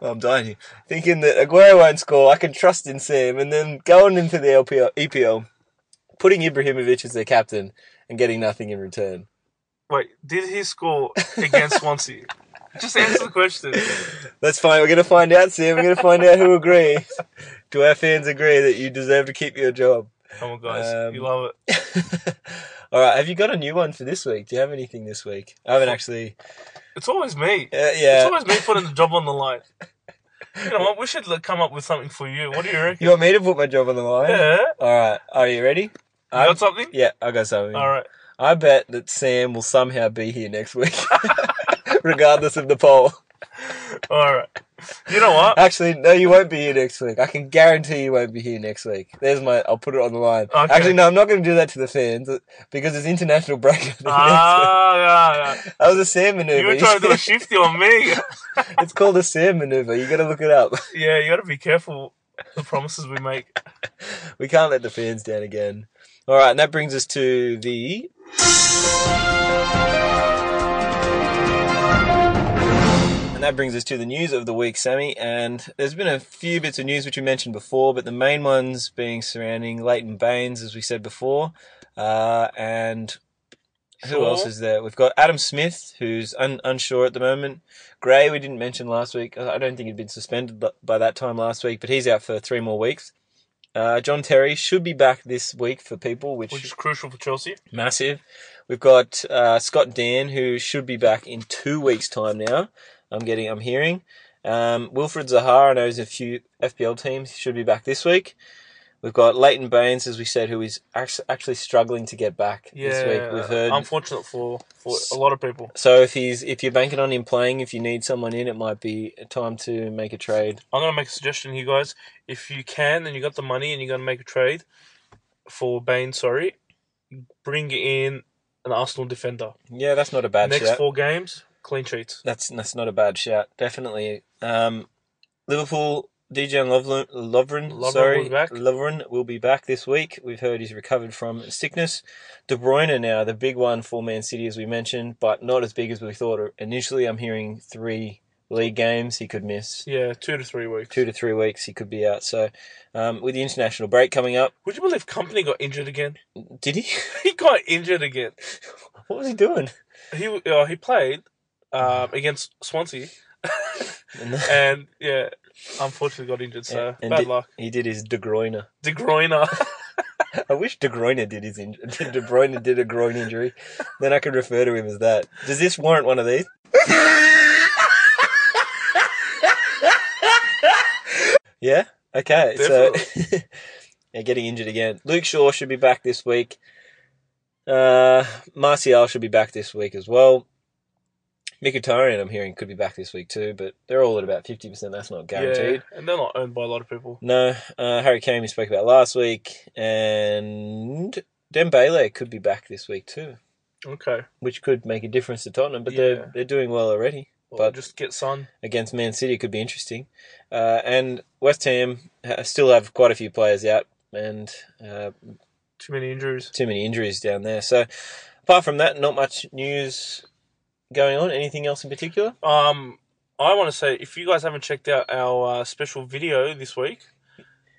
oh, I'm dying here, thinking that Aguero won't score. I can trust in Sam. And then going into the LPL, EPL, E putting Ibrahimovic as their captain and getting nothing in return. Wait, did he score against Swansea? Just answer the question. That's fine. We're going to find out, Sam. We're going to find out who agrees. <laughs> Do our fans agree that you deserve to keep your job? Come on, guys. Um, you love it. <laughs> All right. Have you got a new one for this week? Do you have anything this week? I haven't actually. It's always me. Uh, yeah. It's always me putting the job on <laughs> the line. You know what? We should like, come up with something for you. What do you reckon? You want me to put my job on the line? Yeah. All right. Are you ready? You got something? Yeah, I got something. All right. I bet that Sam will somehow be here next week, <laughs> regardless of the poll. All right. You <laughs> know what? Actually, no, you won't be here next week. I can guarantee you won't be here next week. There's my. I'll put it on the line. Okay. Actually, no, I'm not going to do that to the fans uh, because it's international break. <laughs> next week. Ah, yeah, That was a Sam yeah. You maneuver. were trying <laughs> to do a shifty on me. <laughs> it's called a Sam maneuver. You got to look it up. Yeah, you got to be careful the promises we make. <laughs> We can't let the fans down again. All right, and that brings us to the And that brings us to the news of the week, Sammy. And there's been a few bits of news which we mentioned before, but the main ones being surrounding Leighton Baines, as we said before. Uh, and who Sure. else is there? We've got Adam Smith, who's un- unsure at the moment. Gray, we didn't mention last week. I I don't think he'd been suspended bu- by that time last week, but he's out for three more weeks. Uh, John Terry should be back this week for people, Which is crucial for Chelsea. massive. We've got uh, Scott Dan, who should be back in two weeks' time now. I'm getting, I'm hearing. Um, Wilfred Zaha, I know is a few FPL teams, he should be back this week. We've got Leighton Baines, as we said, who is act- actually struggling to get back this week. We've heard. Unfortunate for, for a lot of people. so if he's if you're banking on him playing, if you need someone in, it might be time to make a trade. I'm gonna make a suggestion here, guys. If you can and you got the money and you're gonna make a trade for Bain, sorry, bring in an Arsenal defender. Yeah, that's not a bad Next shout. four games, clean sheets. That's that's not a bad shout. Definitely. Um, Liverpool DJ Lovren, Lovren, Lovren sorry, will be back. Lovren will be back this week. We've heard he's recovered from sickness. De Bruyne now the big one for Man City as we mentioned, but not as big as we thought initially. I'm hearing three league games he could miss. Yeah, two to three weeks. Two to three weeks he could be out. So, um, with the international break coming up, Would you believe Company got injured again? <laughs> did he? <laughs> He got injured again. what was he doing? He uh, he played um, against Swansea and yeah, unfortunately got injured. So And bad did- luck. <laughs> He did his De Bruyne. De Bruyne. <laughs> I wish De Bruyne did his in- <laughs> De Bruyne did a groin injury. Then I could refer to him as that. Does this warrant one of these? <laughs> yeah. Okay. So <laughs> yeah, getting injured again. Luke Shaw should be back this week. Uh, Martial should be back this week as well. Mkhitaryan, I'm hearing, could be back this week too, but they're all at about fifty percent. That's not guaranteed. yeah, and they're not owned by a lot of people. No, uh, Harry Kane we spoke about last week, and Dembele could be back this week too, Okay, which could make a difference to Tottenham. But Yeah. they're they're doing well already. well, but just get Sun. against Man City could be interesting, uh, and West Ham ha- still have quite a few players out and uh, Too many injuries. too many injuries down there. So apart from that, not much news going on. Anything else in particular? Um, I want to say if you guys haven't checked out our uh, special video this week,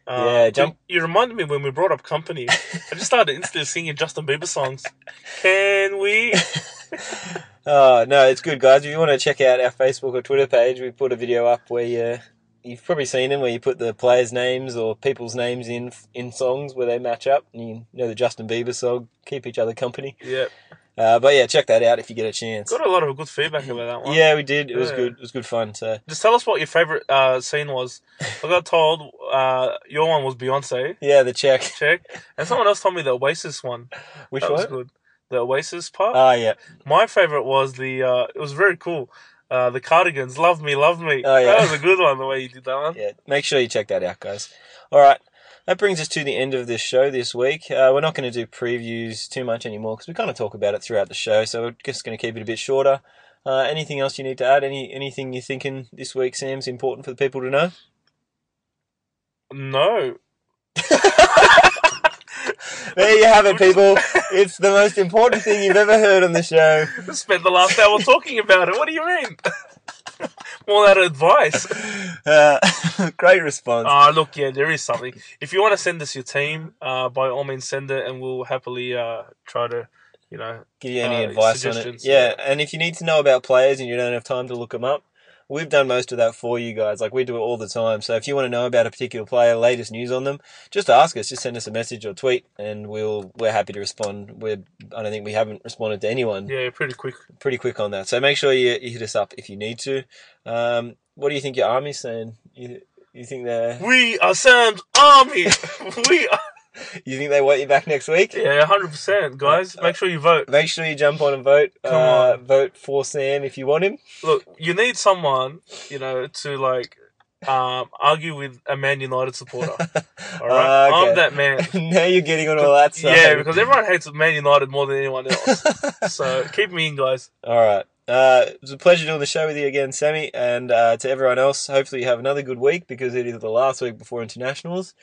uh, Yeah, jump- You, you reminded me when we brought <laughs> up company. I just started instantly singing Justin Bieber songs. Can <laughs> we? Uh, no, it's good, guys. If you want to check out our Facebook or Twitter page, we put a video up where you, you've probably seen them, where you put the players' names or people's names in in songs where they match up. And you know the Justin Bieber song, keep each other company. Yeah, Uh, but yeah, check that out if you get a chance. got a lot of good feedback about that one. Yeah, we did. It was Yeah. good. It was good fun. So Just tell us what your favorite uh, scene <laughs> was. I got told uh, your one was Beyonce. yeah, the check. <laughs> Check. And someone else told me the Oasis one. Which That was one? good. The Oasis part. Ah, yeah. My favorite was the. Uh, it was very cool. Uh, the cardigans, love me, love me. Oh, yeah. That was a good one. The way you did that one. yeah, make sure you check that out, guys. All right, that brings us to the end of this show this week. Uh, we're not going to do previews too much anymore because we kind of talk about it throughout the show, so we're just going to keep it a bit shorter. Uh, anything else you need to add? Any anything you're thinking this week, Sam's important for the people to know? No, There you have it, people. it's the most important thing you've ever heard on the show. we spent the last hour talking about it. What do you mean? <laughs> All that advice. Uh, <laughs> great response. Ah, look, yeah, there is something. If you want to send us your team, uh, by all means send it, and we'll happily uh, try to, you know, give you any uh, advice on it. suggestions, Yeah, yeah. and if you need to know about players and you don't have time to look them up, we've done most of that for you guys. Like we do it all the time. So if you want to know about a particular player, latest news on them, just ask us. Just send us a message or tweet, and we'll we're happy to respond. We're I don't think we haven't responded to anyone. yeah, pretty quick. Pretty quick on that. So make sure you, you hit us up if you need to. Um, what do you think your army's saying? You you think <laughs> they We are Sam's army. <laughs> we are. you think they want you back next week? Yeah, hundred percent, guys. Make sure you vote. Make sure you jump on and vote. Come uh, on. Vote for Sam if you want him. <laughs> look, you need someone, you know, to like um, argue with a Man United supporter. All right, Uh, okay. I'm that man. <laughs> now you're getting on all that side. Yeah, because everyone hates Man United more than anyone else. so keep me in, guys. All right. Uh, it was a pleasure doing the show with you again, Sammy, and uh, to everyone else. Hopefully, you have another good week because it is the last week before internationals.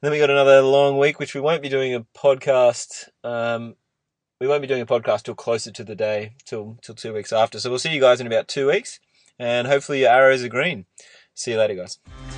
Then we got another long week, which we won't be doing a podcast. Um, we won't be doing a podcast till closer to the day, till till two weeks after. So we'll see you guys in about two weeks, and hopefully your arrows are green. See you later, guys.